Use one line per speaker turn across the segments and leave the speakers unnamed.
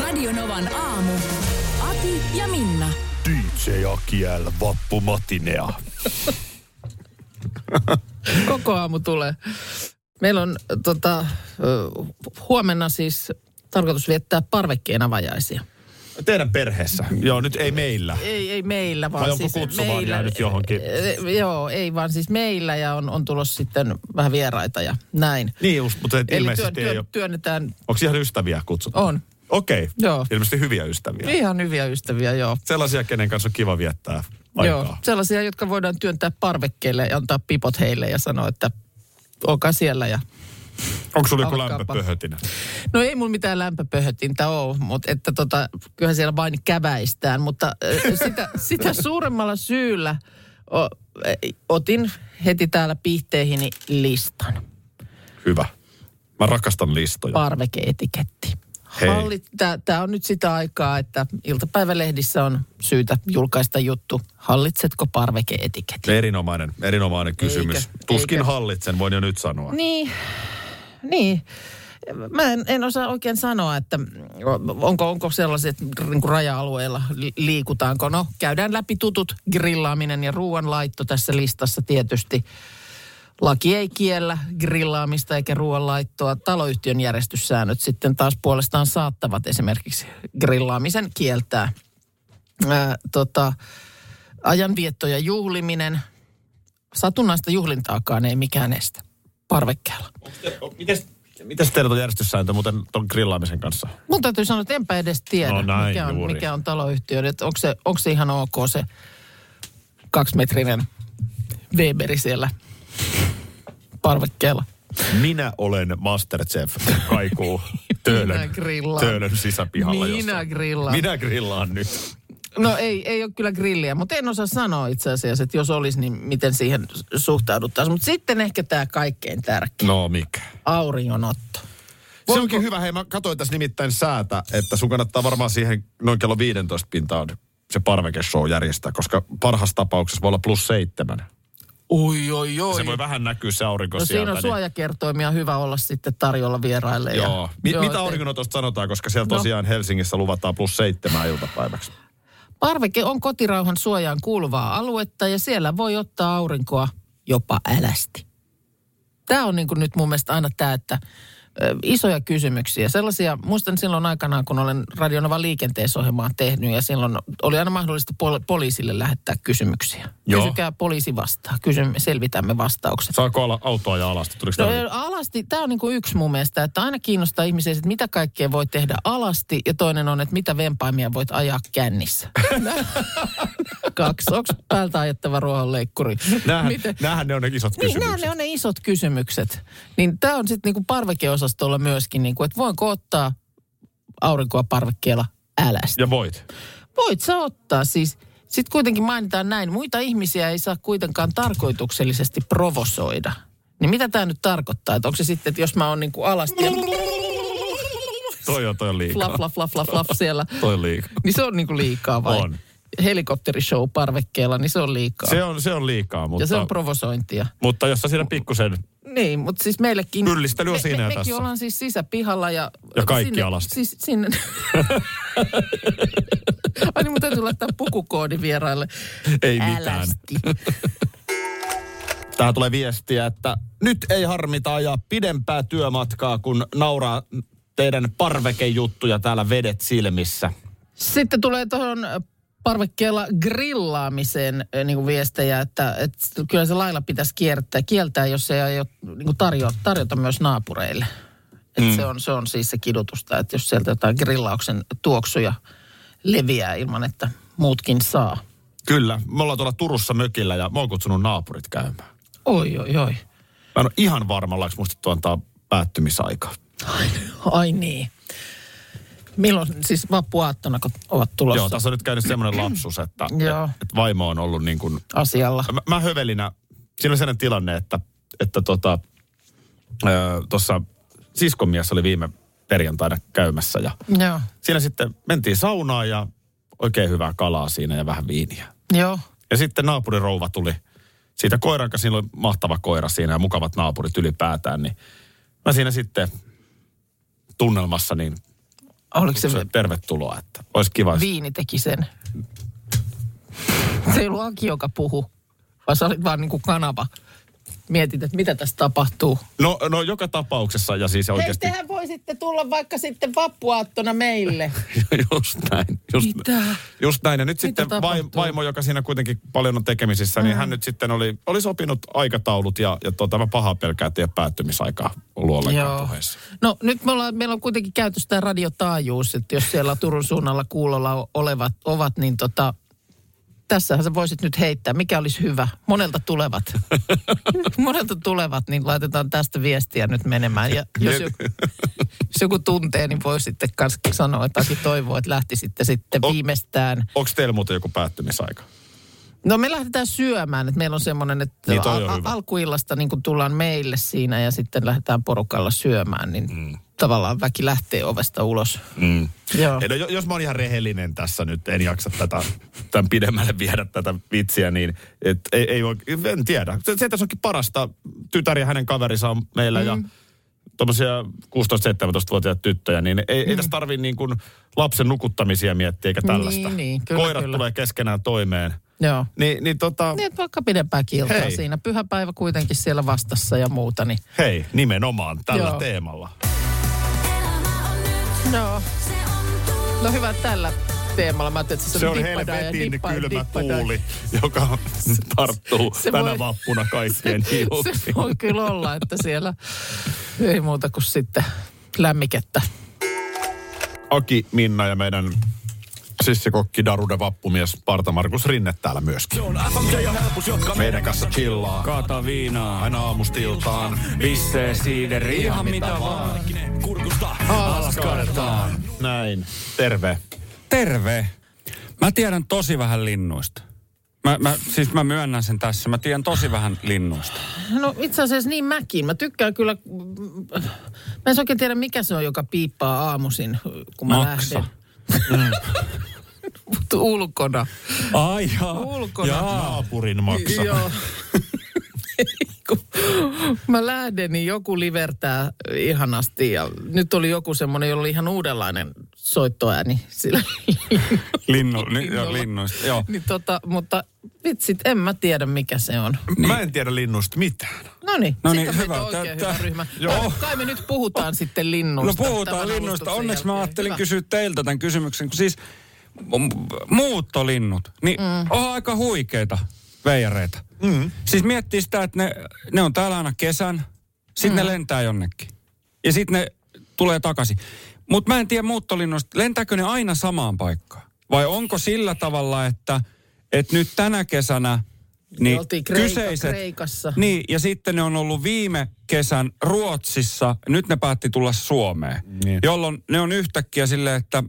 Radionovan aamu. Ati ja Minna.
DJ Akiel vappumatinea.
Koko aamu tulee. Meillä on tota, ö, huomenna siis tarkoitus viettää parvekkeen avajaisia.
Teidän perheessä. Joo, nyt ei meillä.
Ei, ei meillä, vaan
Vai onko
siis
kutsu vaan
meillä.
jäänyt johonkin?
Ö, Joo, ei vaan siis meillä ja on, on tulossa sitten vähän vieraita ja näin.
Niin just, mutta et
Eli työ,
ilmeisesti ei
työ,
ole.
työnnetään,
Onko ihan ystäviä kutsuttu?
on.
Okei. Okay.
Joo. Niin.
Ilmeisesti hyviä ystäviä.
Ihan hyviä ystäviä, joo.
Sellaisia, kenen kanssa on kiva viettää aikaa.
Joo, sellaisia, jotka voidaan työntää parvekkeelle ja antaa pipot heille ja sanoa, että olkaa siellä ja
Onko sulla joku
Alkaapa.
lämpöpöhötinä?
No ei mulla mitään lämpöpöhötintä ole, mutta että tota, kyllähän siellä vain käväistään, mutta ö, sitä, sitä suuremmalla syyllä o, ö, otin heti täällä piihteihini listan,
Hyvä. Mä rakastan listoja.
parvekeetiketti.
Hei.
Tämä on nyt sitä aikaa, että iltapäivälehdissä on syytä julkaista juttu, hallitsetko parvekeetiketin?
Erinomainen, erinomainen kysymys.
Eikö?
Tuskin
Eikö?
hallitsen, voin jo nyt sanoa.
Niin, niin. Mä en, en osaa oikein sanoa, että onko, onko sellaiset niin kuin raja-alueilla li- liikutaanko. No, käydään läpi tutut grillaaminen ja ruoanlaitto tässä listassa tietysti. Laki ei kiellä grillaamista eikä ruoanlaittoa. Taloyhtiön järjestyssäännöt sitten taas puolestaan saattavat esimerkiksi grillaamisen kieltää. Ää, tota, ajanvietto ja juhliminen. Satunnaista juhlintaakaan ei mikään estä parvekkeella. Niin.
Mites, mites teillä on järjestyssääntö muuten ton grillaamisen kanssa?
Mun täytyy sanoa, että enpä edes tiedä,
No näin
mikä, on,
juuri.
mikä on taloyhtiö. Että onko, se, onko se ihan ok se kaksimetrinen Weberi siellä parvekkeella.
Minä olen Masterchef, kaikuu töölön,
grillaan.
töölön sisäpihalla
Minä
jossain.
grillaan.
Minä grillaan nyt.
No ei, ei ole kyllä grilliä, mutta en osaa sanoa itse asiassa, että jos olisi, niin miten siihen suhtauduttaisiin. Mutta sitten ehkä tämä kaikkein tärkeä,
No mikä?
auringonotto.
Se onkin hyvä. Hei, mä katsoin tässä nimittäin säätä, että sun kannattaa varmaan siihen noin kello 15 pintaan se parvekeshow järjestää, koska parhaassa tapauksessa voi olla plus seitsemän.
Oi, oi, oi.
Se voi vähän näkyä se aurinko
no
sieltä.
siinä on
niin-
suojakertoimia hyvä olla sitten tarjolla vieraille. ja-
Joo. Mi-
Joo, No.
mitä
et-
auringonotosta sanotaan, koska siellä tosiaan Helsingissä luvataan plus seitsemän iltapäiväksi.
Parveke on kotirauhan suojaan kuuluvaa aluetta ja siellä voi ottaa aurinkoa jopa älästi. Tämä on niin kuin nyt mun mielestä aina tämä, että ö, isoja kysymyksiä. Sellaisia, muistan silloin aikanaan, kun olen Radionovan liikenteesohjelmaa tehnyt ja silloin oli aina mahdollista pol- poliisille lähettää kysymyksiä.
Joo.
Kysykää poliisi vastaa, Kysymme, selvitämme vastaukset.
Saako olla autoa ja alasta? Tuliko
No,
tää-
alasti, tämä on niinku yksi mun mielestä, että aina kiinnostaa ihmisiä, että mitä kaikkea voi tehdä alasti, ja toinen on, että mitä vempaimia voit ajaa kännissä. Kaksi, onko päältä ajettava ruohonleikkuri?
Nämähän,
Miten-
nämähän ne on ne isot
Niin,
kysymykset.
nämä ne on ne isot kysymykset. Niin tämä on sitten niinku parvekeosastolla myöskin, niinku, että voinko ottaa aurinkoa parvekkeella älästä.
Ja voit.
Voit sä ottaa siis. Sitten kuitenkin mainitaan näin, muita ihmisiä ei saa kuitenkaan tarkoituksellisesti provosoida. Niin mitä tämä nyt tarkoittaa? Että onko se sitten, että jos mä oon niinku alasti ja
Toi on, toi on liikaa.
flap, flap, flap, flap, flap siellä,
Toi on liikaa.
niin se on niinku liikaa vai?
On.
Helikopterishow parvekkeella, niin se on liikaa.
Se on, se on liikaa, mutta,
ja se on provosointia.
mutta jos sä siinä pikkusen...
Niin, mutta siis meillekin...
Pyllistely on siinä ja
me, Mekin
tässä.
ollaan siis sisäpihalla ja...
Ja kaikki
sinne,
alasti.
Siis sinne... Ai niin, mun täytyy laittaa pukukoodi vieraille.
Ei mitään.
Älästi.
Tähän tulee viestiä, että nyt ei harmita ajaa pidempää työmatkaa, kun nauraa teidän parvekejuttuja täällä vedet silmissä.
Sitten tulee tuohon äh, parvekkeella grillaamiseen eh, niin kuin viestejä, että, että kyllä se lailla pitäisi kiertää, kieltää, jos se ei aio niin kuin tarjota, tarjota myös naapureille. Et
Mm.
se, on, se on siis se kidutusta, että jos sieltä jotain grillauksen tuoksuja leviää ilman, että muutkin saa.
Kyllä, me ollaan tuolla Turussa mökillä ja mä oon kutsunut naapurit käymään.
Oi, oi, oi.
Mä en ole ihan varma, ollaanko muistettu antaa päättymisaika.
Ai niin. Milloin, siis vappuaattona, kun ovat tulossa
Joo, tässä on nyt käynyt semmoinen lapsus, että,
Joo.
että, että vaimo on ollut niin kuin
asialla.
mä, mä hövelinä, siinä oli sellainen tilanne, että, että tota, tuossa siskon mies oli viime perjantaina käymässä ja
Joo,
siinä sitten mentiin saunaan ja oikein hyvää kalaa siinä ja vähän viiniä.
joo,
Ja sitten naapurirouva tuli siitä koiran kanssa, sillä oli mahtava koira siinä ja mukavat naapurit ylipäätään, niin mä siinä sitten tunnelmassa niin
oliko se,
se, tervetuloa, että olisi kiva. jos-
viini teki sen? Se ei ollut Aki, joka puhu, vaan sä olit vaan niin kuin kanava. Mietit, että mitä tässä tapahtuu.
No, no joka tapauksessa ja siis oikeasti
Hei, tehän voisitte tulla vaikka sitten vappuaattona meille.
just näin. Just,
Mitä?
just näin. Ja nyt
Mitä
sitten vai,
tapahtuu?
vaimo, joka siinä kuitenkin paljon on tekemisissä, niin hän nyt sitten oli, oli sopinut aikataulut ja, ja tuota, mä pahaa pelkää, että ei ole päättymisaika ollut ollenkaan puheessa.
No nyt me ollaan, meillä on kuitenkin käytössä tämä radiotaajuus, että jos siellä Turun suunnalla kuulolla o- olevat ovat, niin tota, tässähän sä voisit nyt heittää, mikä olisi hyvä. Monelta tulevat. Monelta tulevat, niin laitetaan tästä viestiä nyt menemään. Ja jos, joku, jos joku tuntee, niin voi sitten kans sanoa, että Aki toivoo, että lähtisitte sitten
O-
viimeistään.
Onko teillä muuten joku päättymisaika?
No me lähdetään syömään, että meillä on semmoinen, että
Niin, toi on
al- al-
hyvä.
alkuillasta niin kun tullaan meille siinä ja sitten lähdetään porukalla syömään, niin mm. tavallaan väki lähtee ovesta ulos.
Mm.
Joo.
Ei, No, jo- jos mä oon ihan rehellinen tässä nyt, en jaksa tätä, tämän pidemmälle viedä tätä vitsiä, niin et, ei, ei, oike- en tiedä. Se, se tässä onkin parasta. Tytär ja hänen kaverinsa on meillä mm. ja tuommoisia 16-17-vuotiaita tyttöjä, niin ei, mm. ei tässä tarvii niin kuin lapsen nukuttamisia miettiä eikä tällaista.
Niin, niin, kyllä,
Koirat
kyllä.
tulee keskenään toimeen.
Joo.
Ni, niin tota,
Niin, että vaikka pidempää kiltaa
Hei.
siinä. Pyhäpäivä kuitenkin siellä vastassa ja muuta, niin
hei, nimenomaan tällä
Joo.
teemalla.
no, no hyvä tällä teemalla. Mä ajattelin, että
Se on
dippadaan ja
helvetin
dippadaan,
kylmä
dippadaan.
tuuli, joka tarttuu
se
tänä
voi-
vappuna kaikkien
Se
hiuksiin.
voi kyllä olla, että siellä ei muuta kuin sitten lämmikettä.
Aki, Minna ja meidän sissikokki Darude Vappumies Parta Markus Rinne täällä myöskin.
FMJ ja helpus, jotka
Meidän kanssa chillaa.
Kaata viinaa,
Aina aamustiltaan.
pissee siideri, ihan mitä vaan. Kurkusta alas kaadetaan.
Näin. Terve.
Terve. Mä tiedän tosi vähän linnuista. Mä, mä, siis mä myönnän sen tässä. Mä tiedän tosi vähän linnuista.
No itse asiassa niin mäkin. Mä tykkään kyllä, mä en oikein tiedä mikä se on, joka piippaa aamuisin, kun mä
Maksa.
lähden. Mut ulkona.
Ai jaa.
Ulkona.
Jaa.
Naapurin maksa.
Joo. Kun mä lähden, niin joku livertää ihanasti ja nyt oli joku semmoinen, jolla oli ihan uudenlainen soittoääni sillä
Linnu, li, joo, linnuista. Joo.
niin tota, mutta vitsit, en mä tiedä mikä se on.
Niin. Mä en tiedä linnuista mitään.
No niin,
No
sitten
niin,
meitä
hyvä.
on oikein
Tää-
hyvä
tää-
ryhmä.
Joo.
Kai me nyt puhutaan sitten linnuista.
No puhutaan
tämän
linnuista.
alustuksen
Onneksi mä
jälkeen.
ajattelin
Hyvä.
kysyä teiltä tämän kysymyksen. kun Siis m- muuttolinnut, niin mm. on aika huikeita veijareita. Mm. Siis miettii sitä, että ne, ne on täällä aina kesän, sitten mm. ne lentää jonnekin. Ja sitten ne tulee takaisin. Mutta mä en tiedä muuttolinnoista, lentääkö ne aina samaan paikkaan? Vai onko sillä tavalla, että, että nyt tänä kesänä niin
oltiin Kreika-
kyseiset,
Kreikassa.
niin, ja sitten ne on ollut viime kesän Ruotsissa, nyt ne päätti tulla Suomeen.
Niin.
Niin. Jolloin ne on yhtäkkiä silleen, että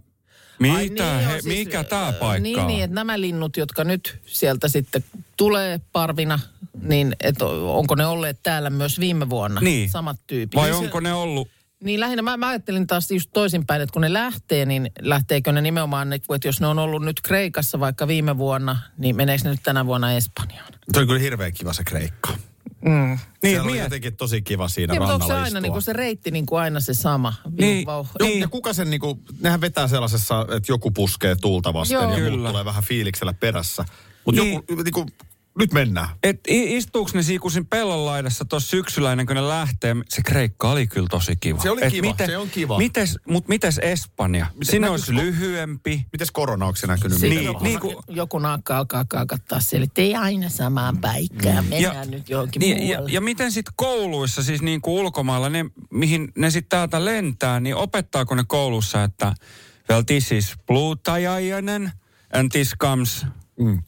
mitä,
Ai niin,
he,
joo, siis,
mikä
äh,
tämä paikka
Niin,
on?
niin, että nämä linnut, jotka nyt sieltä sitten tulee parvina, niin et o- onko ne olleet täällä myös viime vuonna?
Niin.
Samat tyypit.
Vai
Niin se-
onko ne ollut,
Niin lähinnä mä, mä ajattelin taas just toisinpäin, että kun ne lähtee, niin lähteekö ne nimenomaan, ne- että jos ne on ollut nyt Kreikassa vaikka viime vuonna, niin meneekö ne nyt tänä vuonna Espanjaan?
Se on kyllä hirveän kiva se Kreikka.
niin,
Siellä on
miet-
jotenkin tosi kiva siinä
Niin, mutta onko se
rannalla
aina
istua.
niin kuin se reitti niin kuin aina se sama?
Niin,
Vau-
niin.
Ja kuka sen niinku, nehän vetää sellaisessa, että joku puskee tuulta vasten
Joo.
Joo. ja muut
Kyllä.
tulee vähän fiiliksellä perässä. Mutta
Niin.
niin. joku, niinku, nyt mennään.
et i- istuuko ne siikusin pellon laidassa tuossa syksyllä ennen kuin ne lähtee? Se Kreikka oli kyllä tosi kiva.
Se oli kiva, se on kiva.
Mites, mut mites Espanja?
Miten-
Sinne
näkyykö-
olisi lyhyempi.
Mites korona, onko se näkynyt?
Sitten
mitään?
Niin,
joku,
niin
niin
kun-
joku naakka alkaa kakattaa siellä, että ei aina samaan paikkaan, mennään ja, nyt johonkin niin,
ja,
muualle.
ja miten sitten kouluissa, siis niin kuin ulkomailla, ne, mihin ne sitten täältä lentää, niin opettaako ne koulussa, että well this is blue tajainen and this comes mm.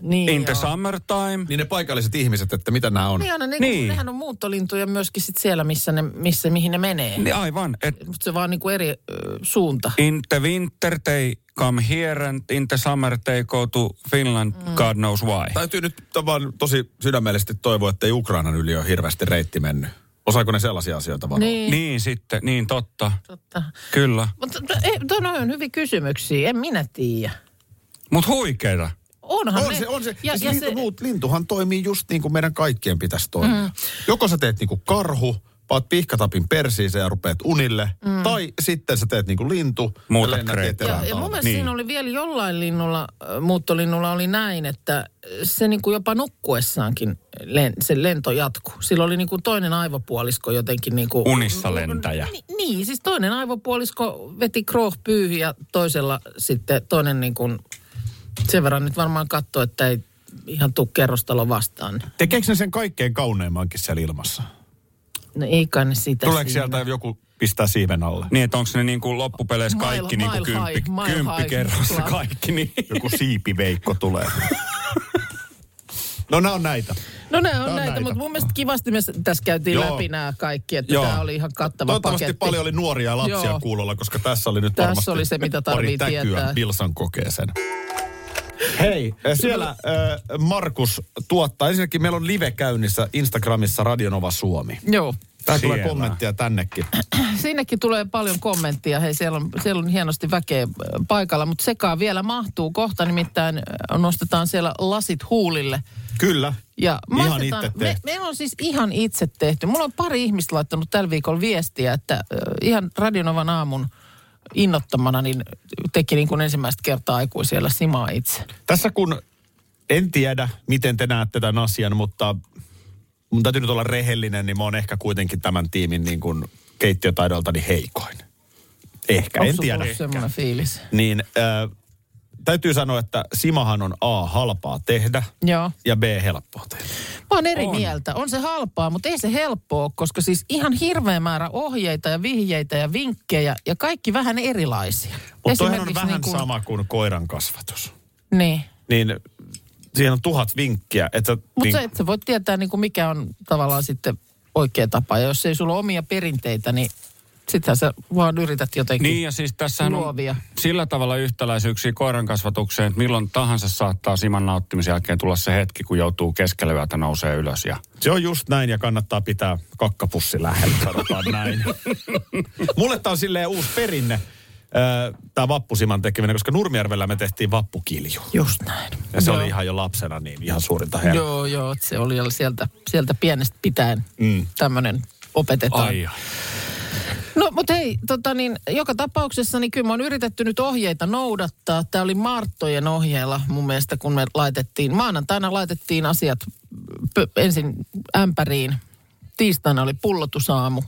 Niin
in the
joo.
summertime.
Niin ne paikalliset ihmiset, että mitä nämä on.
Niin on, ne, niin.
Niin.
nehän on muuttolintuja myöskin sit siellä, missä ne, missä, mihin ne menee.
Niin aivan, että
Mutta se vaan niinku eri ö, suunta.
in the winter they come here and in the summer they go to Finland, God knows why.
Täytyy nyt vaan tosi sydämellisesti toivoa, että ei Ukrainan yli ole hirveästi reitti mennyt. Osaako ne sellaisia asioita vaan?
Niin, niin.
Niin sitten, niin totta,
totta.
kyllä.
Mutta no on hyviä kysymyksiä, en minä tiedä.
Mutta huikeita.
Onhan
On
ne.
se, on se.
Ja,
siis
ja
lintu,
se
Muut, lintuhan toimii just niin kuin meidän kaikkien pitäisi toimia. Mm. Joko sä teet niin kuin karhu, paat pihkatapin persiinsä ja rupeat unille, mm. tai sitten sä teet niin kuin lintu
Muutat
ja lennät
kreikkiä.
ja,
etelään
ja mun
talvella.
mielestä niin.
Niin.
siinä oli vielä jollain linnulla, ö, muuttolinnulla oli näin, että se niinku jopa nukkuessaankin len, se lento jatkuu. Sillä oli niinku toinen aivopuolisko jotenkin niinku...
Unissa lentäjä.
Ni, niin, siis toinen aivopuolisko veti Krooh pyyhi ja toisella sitten toinen niin kuin, sen verran nyt varmaan katsoi, että ei ihan tuu kerrostalo vastaan.
Tekeekö ne sen kaikkein kauneimmankin siellä ilmassa?
No ei kai ne sitä
Tuleeko
siinä.
sieltä joku pistää siiven alle?
Niin, että onko ne niinku loppupeleissä
Mile-
kaikki niinku
mile
kymppi,
high, mile
kymppikerrossa
high.
kaikki, niin
Joku siipiveikko tulee. no nämä on näitä.
No ne on
on
näitä,
näitä.
mutta mun mielestä kivasti me s- tässä käytiin
Joo.
läpi nämä kaikki, että
Joo.
tämä oli ihan kattava
Toivottavasti
paketti.
paljon oli nuoria ja lapsia
Joo.
Joo. kuulolla, koska tässä oli nyt
Tässä
varmasti
oli se, mitä tarvii
pari täkyä
tietää.
Pilsan kokeeseen. Hei, siellä äh, Markus tuottaa. Ensinnäkin meillä on live käynnissä Instagramissa Radionova Suomi.
Joo.
Tää
Siellä.
tulee kommenttia tännekin.
Sinnekin tulee paljon kommenttia. Hei, siellä on, siellä on hienosti väkeä äh, paikalla, mutta sekaan vielä mahtuu. Kohta nimittäin äh, nostetaan siellä lasit huulille.
Kyllä.
Ja
Ihan
maistetaan-
itse
me,
tehty.
meillä on siis ihan itse tehty. Mulla on pari ihmistä laittanut tällä viikolla viestiä, että äh, ihan Radionovan aamun innottamana niin teki niin kuin ensimmäistä kertaa aikuisella simaa itse.
Tässä kun en tiedä, miten te näette tämän asian, mutta mun täytyy nyt olla rehellinen, niin mä oon ehkä kuitenkin tämän tiimin niin kuin keittiötaidoiltani heikoin. Ehkä, en
sulla
tiedä.
ollut semmoinen fiilis?
Niin äh, täytyy sanoa, että simahan on A, halpaa tehdä
Joo.
ja B, helppoa tehdä.
Mä oon eri on. mieltä. On se halpaa, mutta ei se helppoa, ole, koska siis ihan hirveä määrä ohjeita ja vihjeitä ja vinkkejä ja kaikki vähän erilaisia.
Mutta toihan on
Esimerkiksi
vähän
niin
niin
kuin-
sama kuin koiran kasvatus.
Niin.
Niin siihen on tuhat vinkkiä, että
Mutta
niin,
sä et sä voi tietää, niin kuin mikä on tavallaan sitten oikea tapa. Ja jos ei sulla ole omia perinteitä, niin sittenhän sä vaan yrität jotenkin.
Niin ja siis tässä on
Luovia.
sillä tavalla yhtäläisyyksiä koiran kasvatukseen, että milloin tahansa saattaa siman nauttimisen jälkeen tulla se hetki, kun joutuu keskellä yötä nousee ylös. Ja...
se on just näin ja kannattaa pitää kakkapussi lähellä, sanotaan näin. Mulle tämä on silleen uusi perinne, tämä vappusiman tekeminen, koska Nurmijärvellä me tehtiin vappukilju.
Just näin.
Ja se
joo.
oli ihan jo lapsena niin ihan suurinta herää.
Joo, joo, se oli jo sieltä, sieltä pienestä pitäen mm. tämmöinen opetetaan.
Ai, ai.
No mutta hei, tota niin, joka tapauksessa niin kyllä mä oon yritetty nyt ohjeita noudattaa. Tämä oli Marttojen ohjeella mun mielestä, kun me laitettiin, maanantaina laitettiin asiat pö, ensin ämpäriin. Tiistaina oli pullotusaamu.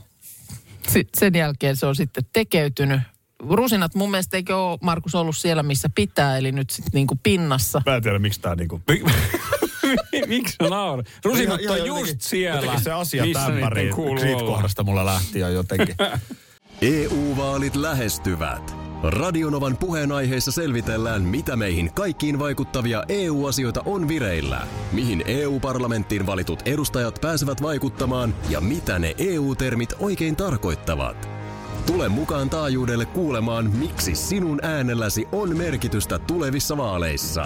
Si- sen jälkeen se on sitten tekeytynyt. Rusinat mun mielestä eikö ole, Markus, ollut siellä missä pitää, eli nyt sitten niinku pinnassa.
Mä en tiedä, miksi tämä niinku...
Miksi sä naura? Rusinat on just siellä,
Jotenkin se asia
missä
tämpäri,
niiden kuuluu
siitä
olla.
kohdasta mulla lähti jo jotenkin.
EU-vaalit E lähestyvät. Radionovan puheenaiheessa selvitellään, mitä meihin kaikkiin vaikuttavia EU-asioita on vireillä, mihin EU-parlamenttiin valitut edustajat pääsevät vaikuttamaan ja mitä ne EU-termit oikein tarkoittavat. Tule mukaan taajuudelle kuulemaan, miksi sinun äänelläsi on merkitystä tulevissa vaaleissa.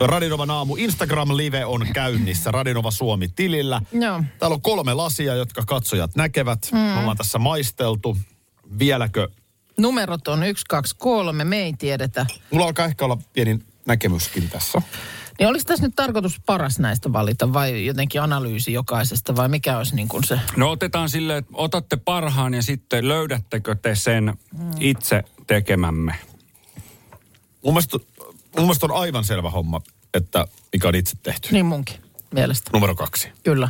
Radinovan aamu Instagram-live on käynnissä Radinova Suomi-tilillä.
Joo.
Täällä on kolme lasia, jotka katsojat näkevät. Mm. Me ollaan tässä maisteltu. Vieläkö?
Numerot on 1, 2, 3, me ei tiedetä.
Mulla alkaa ehkä olla pieni näkemyskin tässä.
Niin oliko tässä nyt tarkoitus paras näistä valita vai jotenkin analyysi jokaisesta vai mikä olisi niin kuin se?
No otetaan sille, että otatte parhaan ja sitten löydättekö te sen itse tekemämme.
Mun mielestä, mun mielestä on aivan selvä homma, että mikä on itse tehty.
Niin munkin mielestä.
Numero kaksi.
Kyllä.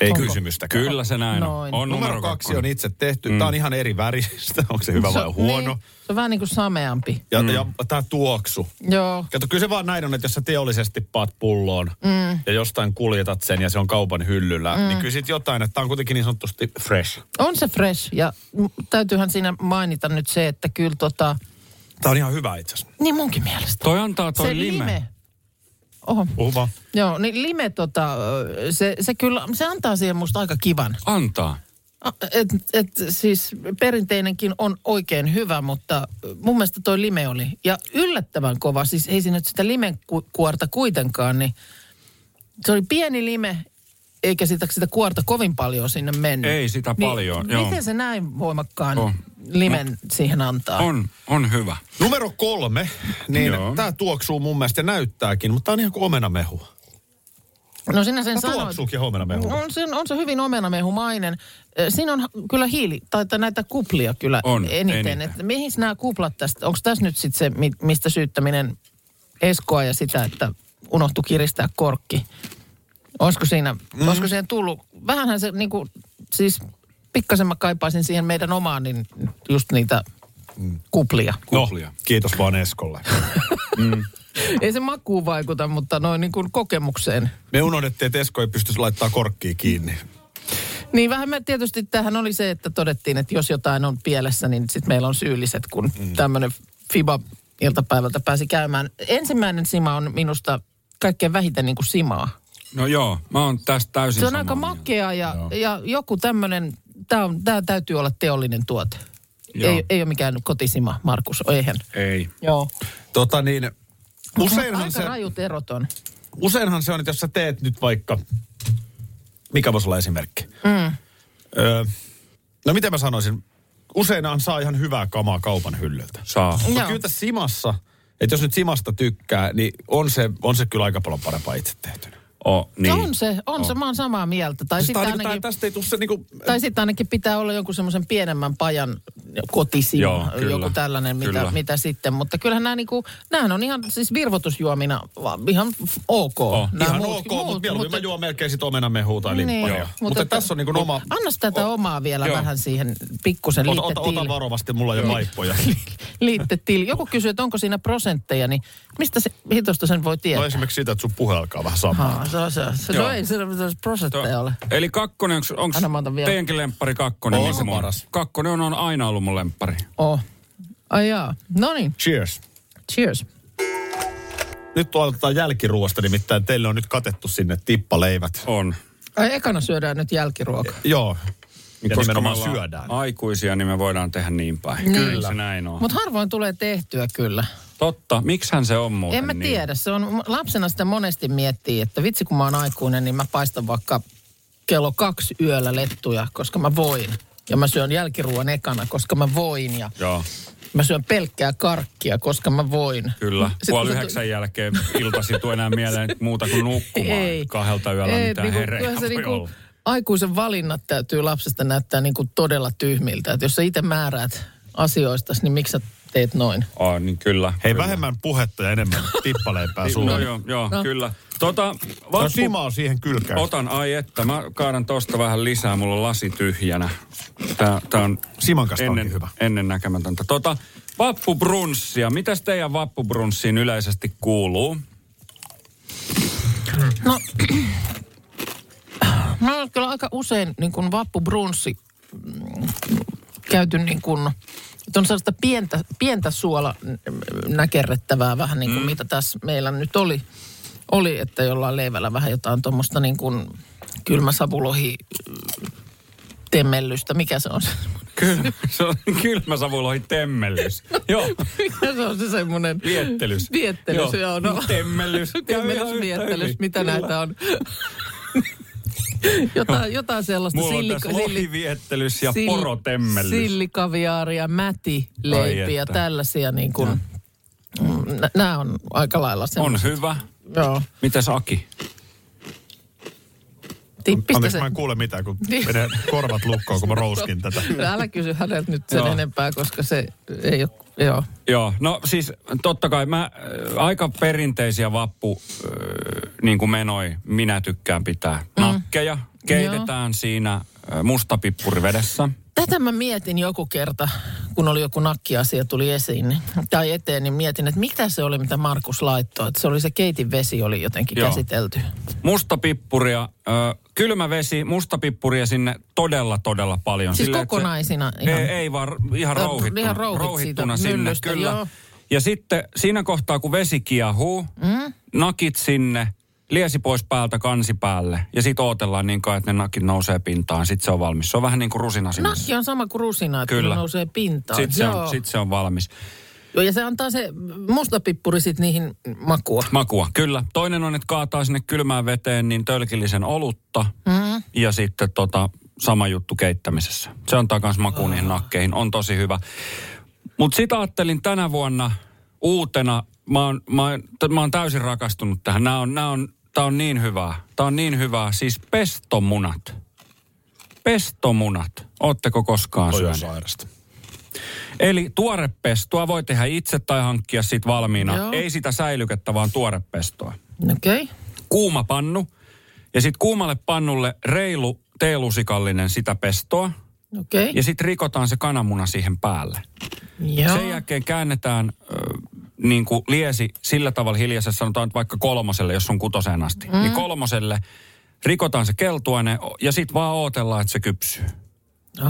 Ei
Onko?
kysymystä.
Kyllä se näin on.
Noin.
on
Numero, numero kaksi on itse tehty. Mm. Tämä on ihan eri väristä. Onko se hyvä
Se
vai
on-
huono?
Niin, se on vähän niin kuin sameampi.
Ja, mm. ja tämä tuoksu.
Joo.
Kato, kyllä se vaan näin on, että jos sä teollisesti paat pulloon mm. ja jostain kuljetat sen ja se on kaupan hyllyllä, mm. niin kyllä sit jotain, että tämä on kuitenkin niin sanotusti fresh.
On se fresh ja m- täytyyhän siinä mainita nyt se, että kyllä tota,
Tämä on ihan hyvä itse asiassa.
niin munkin mielestä.
Toi antaa toi
se
lime.
Oho.
Puhu vaan.
Joo, niin lime tota, ö, se, se kyllä, se antaa siihen musta aika kivan.
Antaa.
A- Et, et, siis perinteinenkin on oikein hyvä, mutta mun mielestä toi lime oli. Ja yllättävän kova, siis ei siinä nyt sitä limen ku- kuorta kuitenkaan, niin se oli pieni lime, eikä sitä, sitä kuorta kovin paljon sinne mennyt.
Ei sitä paljon,
Niin,
joo.
miten se näin voimakkaan
On.
on. limen siihen antaa?
On, on hyvä.
Numero kolme, niin
Joo.
tämä tuoksuu mun mielestä ja näyttääkin, mutta tämä on ihan kuin omenamehu.
No sinä sen
Tämä
sanoit. No
tuoksuukin omenamehu.
On se, on se hyvin omenamehumainen. Ö, Siinä on kyllä hiili, tai että näitä kuplia kyllä
On,
on, eniten.
eniten.
eniten. Että mihin nämä kuplat tästä, onko tässä nyt sitten se, mi- mistä syyttäminen Eskoa ja sitä, että unohtu kiristää korkki? Olisiko siinä, mm. olisiko siihen tullut, vähänhän se niin kuin, siis pikkasen mä kaipaisin siihen meidän omaan, niin just niitä Mm. kuplia.
Kuplia.
Kiitos vaan Eskolle.
Ei se makuun vaikuta, mutta noin niin kuin kokemukseen.
Me unohdettiin, että Esko ei pystyisi laittaa korkkia kiinni.
Niin vähän me tietysti tähän oli se, että todettiin, että jos jotain on pielessä, niin sitten meillä on syylliset, kun mm. tämmöinen FIBA iltapäivältä pääsi käymään. Ensimmäinen sima on minusta kaikkein vähiten niin kuin simaa.
No joo, mä oon tästä täysin
Se on
samaa
aika
mieltä.
makea ja, ja joku tämmöinen, tämä täytyy olla teollinen tuote.
Joo.
Ei, ei ole mikään kotisima, Markus, eihän.
Ei.
Joo.
Tota niin, useinhan
Aika
se,
rajut erot on.
useinhan se on, että jos sä teet nyt vaikka, mikä voisi olla esimerkki? Mm. Öö, no mitä mä sanoisin, useinhan saa ihan hyvää kamaa kaupan hyllyltä.
Saa.
Mutta
Joo.
kyllä tässä Simassa, että jos nyt Simasta tykkää, niin on se, on se kyllä aika paljon parempaa itse tehtynä.
O, niin.
On se, on se, mä oon samaa mieltä. Tai
Siis tää
sitten
on niinku, tää,
ainakin...
tästä ei tule se niinku,
Tai sitten ainakin pitää olla jonkun semmoisen pienemmän pajan kotisima,
Joo,
Joo,
kyllä,
joku tällainen,
kyllä.
mitä, mitä sitten. Mutta kyllähän nämä niinku, näähän on ihan siis virvotusjuomina va- ihan f- ok.
Oh,
Nää
ihan ok, mutta mieluummin mä juon melkein sit omenamehua tai limpparia.
Niin. Joo.
Mutta, mutta
että-
tässä on niinku oma...
Anna tätä omaa vielä
Joo.
vähän siihen pikkusen
Ota, ota, ota
liittetili.
varovasti, mulla on
Niin.
jo vaippoja.
liittetili. Joku kysyy, että onko siinä prosentteja, niin mistä se hitosta sen voi
No
tietää?
esimerkiksi siitä, että sun puhe alkaa vähän samaa.
Haa, se, on se, se,
Joo.
no ei se, se prosentteja ole.
Eli kakkonen, onks, onks
Anna mä otan vielä.
teidänkin lemppari kakkonen?
On
niin
se
kuin mun?
paras.
Kakkonen on, on aina ollut mun lemppari.
Oh. Ai jaa. No niin,
Cheers.
cheers.
Nyt aloitetaan jälkiruosta, nimittäin teille on nyt katettu sinne tippaleivät.
On.
Ai ekana syödään nyt jälkiruoka.
Joo. Ja
Niin Koska
nimenomaan
me ollaan
syödään.
Aikuisia, niin me voidaan tehdä niin päin. Kyllä. Se näin on.
Mutta harvoin tulee tehtyä kyllä.
Totta. Mikshän se on muuten
en mä
niin?
tiedä. Se on, lapsena sitä monesti miettii, että vitsi kun mä oon aikuinen, niin mä paistan vaikka kello kaksi yöllä lettuja, koska mä voin. Ja mä syön jälkiruoan ekana, koska mä voin. Ja
Joo,
mä syön pelkkää karkkia, koska mä voin.
kyllä.
Sitten
Puoli
kun se-
yhdeksän jälkeen iltasi tuu enää mieleen muuta kuin nukkumaan.
Ei.
Kahdelta yöllä
Ei,
mitään
niinku,
herejä
kyllähän se
voi
niinku-
olla.
Aikuisen valinnat täytyy lapsesta näyttää niinku todella tyhmiltä. Et jos sä itse määräät asioista, niin miksi sä teet noin?
Oh, niin kyllä.
Hei,
kyllä.
vähemmän puhetta ja enemmän tippaleipää sulle.
No joo, joo no.
No.
kyllä. Tota,
No
vappu,
Sima on siihen kylkään.
otan, ai että, mä kaadan tosta vähän lisää, mulla on lasi tyhjänä. Tää, tää on
Siman kanssa onkin
ennen,
hyvä.
ennen näkemätöntä. Tota, vappubrunssia, mitäs teidän vappubrunssiin yleisesti kuuluu?
No, mä oon kyllä aika usein niin kuin vappubrunssi mm, käyty niin kuin, että on sellaista pientä, pientä suola mm, näkerrettävää vähän niin kuin mm. mitä tässä meillä nyt oli. Oli, että jollain leivällä vähän jotain tuommoista niin kuin kylmä savulohi mm, temmellystä, mikä se on se?
Kyllä, se on kylmäsavuloihin temmellys. Joo,
Mikä se on se semmoinen?
viettelys.
Viettelys, joo. no.
Temmellys. Käy ihan
Temmellys,
yhtä
viettelys,
hyvin.
mitä
Kyllä.
näitä on. jotain, jotain sellaista.
Mulla on tässä lohiviettelys ja porotemmellys.
Sillikaviaaria,
Ai
mätileipiä,
että.
tällaisia niin kuin... Nämä on aika lailla se.
on hyvä.
Joo.
Mitäs Aki?
Tippistä
Anteeksi,
se.
mä en kuule mitään, kun
Niin.
menee korvat lukkoon, kun mä rouskin tätä.
Älä kysy häneltä nyt sen
Joo.
enempää, koska se ei ole... Joo.
Joo, no siis totta kai mä äh, aika perinteisiä vappu äh, niin kuin menoi, minä tykkään pitää. Nakkeja keitetään siinä äh, mustapipppurivedessä.
Tätä mä mietin joku kerta, kun oli joku nakkiasia tuli esiin niin- tai eteen, niin mietin, että mitä se oli, mitä Markus laittoi. Että se oli se keitin vesi oli jotenkin
Joo.
Joo. käsitelty.
Mustapippuria, äh, kylmä vesi, mustapippuria sinne todella todella paljon.
Siis
että se-
kokonaisina ihan.
Ei, ei vaan ihan
Ö,
rouhittuna.
ihan rouhit
rouhittuna
siitä
sinne,
myllystä,
kyllä.
joo.
Ja sitten siinä kohtaa, kun vesi kiehuu, mm? nakit sinne, liesi pois päältä kansi päälle. Ja sitten ootellaan niin kauan, että ne nakit nousee pintaan. Sitten se on valmis. Se on vähän niin kuin rusina sinne.
Nakki on sama kuin rusina, että
Kyllä.
kyllä. nousee pintaan.
Sitten se,
Joo.
on, sit se on valmis.
Joo, ja se antaa se mustapippuri sitten niihin makua.
Makua, kyllä. Toinen on, että kaataa sinne kylmään veteen niin tölkillisen olutta. Mm. Ja sitten tota, sama juttu keittämisessä. Se antaa myös makuun niihin nakkeihin. On tosi hyvä. Mutta sitä ajattelin tänä vuonna uutena. Mä oon, mä, oon- t- mä oon täysin rakastunut tähän. Nää on, nää on, tää on niin hyvää. Tää on niin hyvää. Siis pestomunat. Pestomunat. Ootteko koskaan
Toi on
syöneet?
sairasta.
Eli tuorepestua voi tehdä itse tai hankkia sit valmiina.
Joo.
Ei sitä säilykettä, vaan tuorepestoa.
Okei. Okay.
Kuuma pannu. Ja sitten kuumalle pannulle reilu teelusikallinen sitä pestoa.
Okei.
Ja sitten rikotaan se kananmuna siihen päälle.
Joo.
Sen jälkeen käännetään ö, niin kuin liesi sillä tavalla hiljaisessa, sanotaan nyt vaikka kolmoselle, jos on kutoseen asti. Mm. Niin kolmoselle rikotaan se keltuainen ja sitten vaan ootellaan, että se kypsyy.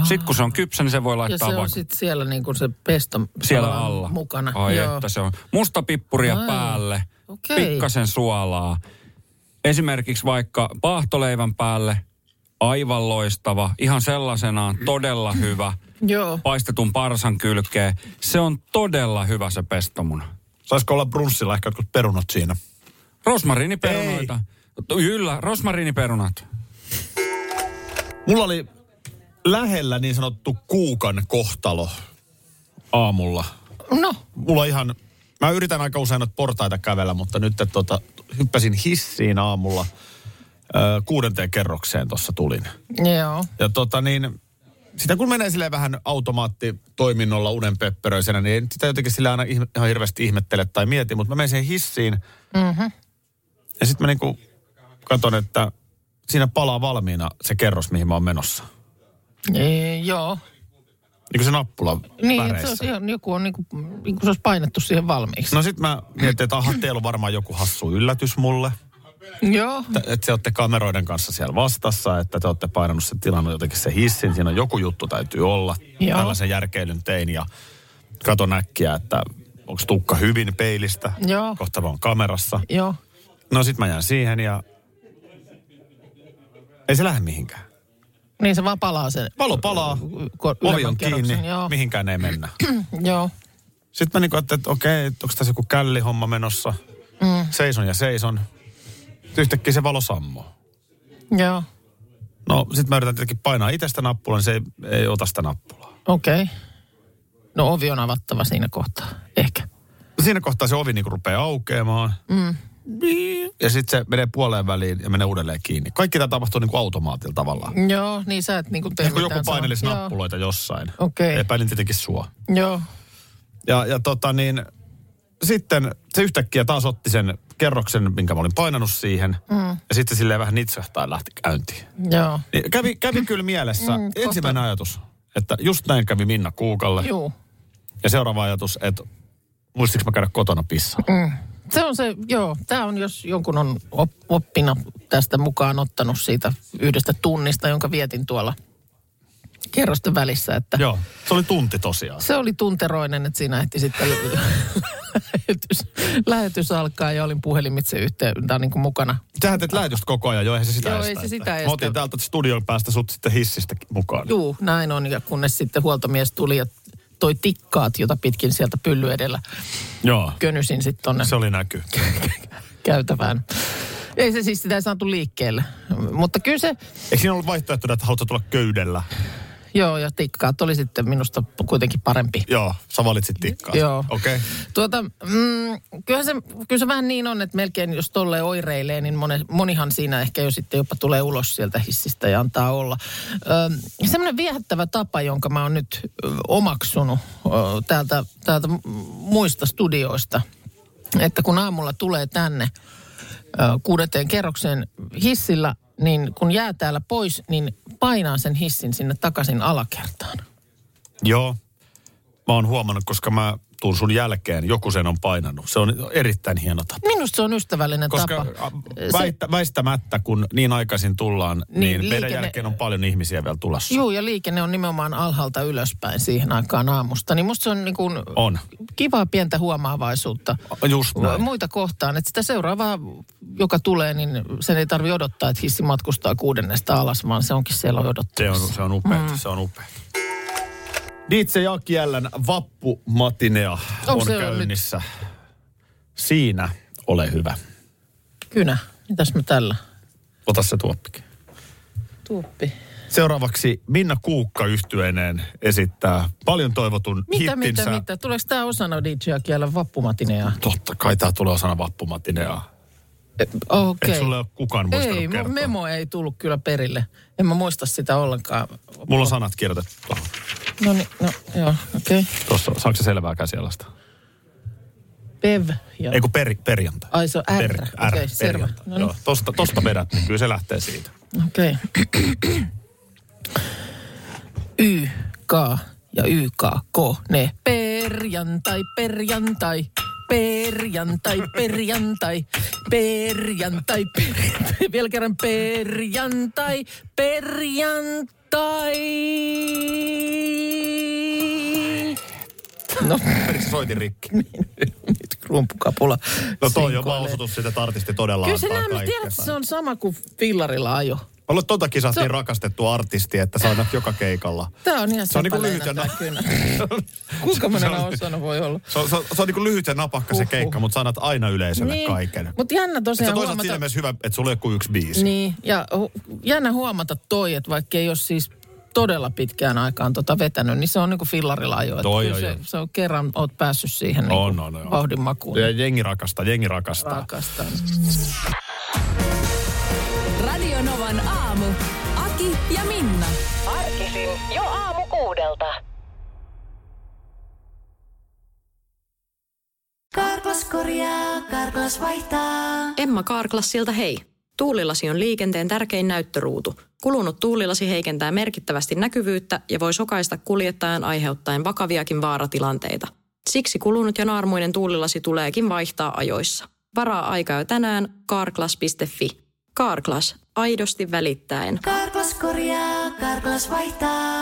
Sitten kun se on kypsä, niin se voi
ja
laittaa
se on
vaikka
sitten siellä niin kuin se pesto
siellä
tavallaan
alla.
mukana.
Ai että se on. Musta pippuria
Ai.
päälle,
Okei.
pikkasen suolaa. Esimerkiksi vaikka paahtoleivän päälle, aivan loistava, ihan sellaisenaan todella hyvä.
Joo.
Paistetun parsan kylkeen. Se on todella hyvä se pestomuna.
Saisiko olla brunssilla ehkä jotkut perunat siinä?
Rosmariniperunoita. Kyllä, rosmariniperunat.
Mulla oli lähellä niin sanottu kuukan kohtalo aamulla.
No,
Mulla ihan, mä yritän aika usein noita portaita kävellä, mutta nyt että tota, hyppäsin hissiin aamulla ö, kuudenteen kerrokseen tuossa tulin.
joo.
Ja tota niin, sitä kun menee silleen vähän automaattitoiminnolla unenpöppöröisenä, niin en sitä jotenkin sillä aina ihme, ihan hirveästi ihmettele tai mieti, mutta mä menin siihen hissiin. Mm-hmm. Ja sitten mä niinku katon, että siinä palaa valmiina se kerros, mihin mä oon menossa.
E, joo.
Niin kuin se nappula
Niin, että se
väreissä.
olisi, ihan- joku on niin kuin, niin kuin se olisi painettu siihen valmiiksi.
No sit mä mietin, että aha, teillä on varmaan joku hassu yllätys mulle.
Joo.
Että te olette kameroiden kanssa siellä vastassa, että te olette painanut sen tilannut jotenkin se hissin. Siinä on joku juttu täytyy olla.
Joo.
Tällaisen järkeilyn tein ja katon äkkiä, että onko tukka hyvin peilistä.
Joo.
Kohta mä oon kamerassa.
Joo.
No sit mä jään siihen ja ei se lähde mihinkään.
Niin se vaan palaa sen.
Valo palaa,
ko-
ovi on
ylemmän kerroksen,
kiinni,
Joo. Mm,
mihinkään ei mennä.
joo.
Sitten mä niinku ajattelin, että okei, että onko tässä joku källihomma menossa. Mm. Seison ja seison. Sitten Yhtäkkiä se valo sammuu.
Joo.
No sit mä yritän tietenkin painaa itse sitä nappulaa, niin se ei, ei ota sitä nappulaa.
Okei. Okay. No ovi on avattava siinä kohtaa. Ehkä.
Siinä kohtaa se ovi niinku rupeaa aukeamaan. Mm. Ja sitten se menee puoleen väliin ja menee uudelleen kiinni. Kaikki tämä tapahtuu niinku automaatilla tavallaan.
Joo, niin sä et niinku tee
Niin kuin joku
mitään
painelisi
sanoa.
nappuloita jossain.
Okei.
Epäilin tietenkin sua.
Joo. Joo.
Ja, ja tota niin, sitten se yhtäkkiä taas otti sen kerroksen, minkä mä olin painanut siihen. Mm. Ja sitten silleen vähän nitsahtaa lähti käyntiin.
Joo.
Niin Kävi, kävi kyllä mielessä mm,
kohta.
ensimmäinen ajatus, että just näin kävi Minna Kuukalle.
Juu.
Ja seuraava ajatus, että muistiko mä käydä kotona pissalla. Mm.
Se on se, joo. Tämä on, jos jonkun on op- oppina tästä mukaan ottanut siitä yhdestä tunnista, jonka vietin tuolla kerrosten välissä, että
Joo, se oli tunti tosiaan.
se oli tunteroinen, että siinä ehti sitten lähetys, lähetys alkaa ja olin puhelimitse yhteydessä niin kuin mukana.
Sähän teet lähetystä koko ajan jo, eihän se sitä
Joo,
estä,
ei se
että-
sitä
Mä
estä.
otin täältä studion päästä sut sitten hissistä mukaan.
Juu, näin on. Ja kunnes sitten huoltomies tuli ja toi tikkaat, jota pitkin sieltä pylly edellä
Joo.
könysin sitten tonne
Se oli näky.
käytävään. Ei se siis sitä ei saatu liikkeelle. Mutta kyllä se,
Eikö siinä ollut vaihtoehtona, että haluatko tulla köydellä?
joo, ja tikkaat oli sitten minusta kuitenkin parempi.
Joo, sä valitsit tikkaa.
Joo.
Okei. Okay.
Tuota, mm, kyllähän se, kyllä se vähän niin on, että melkein jos tolle oireilee, niin moni, monihan siinä ehkä jo sitten jopa tulee ulos sieltä hissistä ja antaa olla. Ö, semmoinen viehättävä tapa, jonka mä oon nyt ö, omaksunut ö, täältä, täältä m- muista studioista, että kun aamulla tulee tänne ö, kuudenteen kerrokseen hissillä, niin kun jää täällä pois, niin painaa sen hissin sinne takaisin alakertaan.
Joo. Mä oon huomannut, koska mä tuun sun jälkeen, joku sen on painanut. Se on erittäin hieno tapa.
Minusta se on ystävällinen
Koska
tapa.
ä,
Se-
väittä, väistämättä, kun niin aikaisin tullaan, niin, niin
Niin,
meidän
liikenne-
jälkeen on paljon ihmisiä vielä tulossa.
Joo, ja liikenne on nimenomaan alhaalta ylöspäin siihen aikaan aamusta. Niin musta se on niin kuin
On.
kivaa pientä huomaavaisuutta No,
Just näin.
muita kohtaan. Että sitä seuraavaa, joka tulee, niin sen ei tarvi odottaa, että hissi matkustaa kuudennesta alas, vaan se onkin siellä
Se on,
odottamassa.
se on upea, mm. se on upea. DJ Aki Jällän vappumatinea on,
Onko
on
se jo
käynnissä. Siinä, ole hyvä.
Kynä, mitäs me tällä?
Ota se tuoppikin.
Tuuppi.
Seuraavaksi Minna Kuukka yhtyeineen esittää paljon toivotun
Mitä,
hittinsä.
mitä, mitä? Tuleeko tämä osana DJ Akialan vappumatinea?
Totta kai tämä tulee osana vappumatineaa.
Okei.
Eikö sulle ole kukaan muistanut
Ei, mun
kertoa?
memo ei tullut kyllä perille. En mä muista sitä ollenkaan.
Mulla on sanat kirjoitettu tuohon.
No niin, no joo, okei. Okay.
Tuossa, saanko se selvää käsialasta?
Pev. Ja...
Ei kun peri, perjantai.
Ai se on R.
Per,
Okei,
R,
selvä.
perjantai.
No niin.
Joo, tosta, tosta vedät, niin kyllä se lähtee siitä.
Okei. y, K ja Y, K, K, ne. Perjantai, perjantai, perjantai, perjantai, perjantai, perjantai, vielä kerran perjantai, perjantai. No,
Eikö se soitin rikki?
nyt krumpukapula.
No toi on
sinkoilee.
vaan osoitus sitä tartisti todella
Kyllä se
antaa
näin,
kaikkensa.
tiedät, että se on sama kuin fillarilla ajo.
Mä luulen, että tota kisahtiin
Se-
rakastettu artisti, että sä aina joka keikalla.
Tämä on ihan
Se on niinku
sepaleena
lyhyt ja
tää
na-
kynä. Kuinka monena
Se on-
osana voi olla?
Se on, se on, se on niin kuin lyhyt ja napakka se
Huhhuh.
keikka, mutta sä annat aina yleisölle niin. kaiken.
Mutta jännä
Se on
tosiaan
toisaalta siinä
huomata...
mielessä hyvä, että sulla ei ole kuin yksi biisi. Niin.
Niin, ja hu- jännä huomata toi, että vaikka ei ole siis todella pitkään aikaan tota vetänyt, niin se on niinku fillarilla ajo. Että
Toi
kyllä
on,
se,
joo.
se, on kerran, oot päässyt siihen niinku
On, on, on.
vauhdin makuun.
Ja jengi rakastaa, jengi rakastaa. Rak.
Rakastan.
Radio Novan aamu. Aki ja Minna.
Arkisin jo aamu kuudelta.
Karklas korjaa, Karklas vaihtaa.
Emma Kaarklassilta hei. Tuulilasi on liikenteen tärkein näyttöruutu. Kulunut tuulilasi heikentää merkittävästi näkyvyyttä ja voi sokaista kuljettajan aiheuttaen vakaviakin vaaratilanteita. Siksi kulunut ja naarmuinen tuulilasi tuleekin vaihtaa ajoissa. Varaa aika jo tänään karklas.fi. Karklas, aidosti välittäen.
Karklas korjaa, Karklas vaihtaa.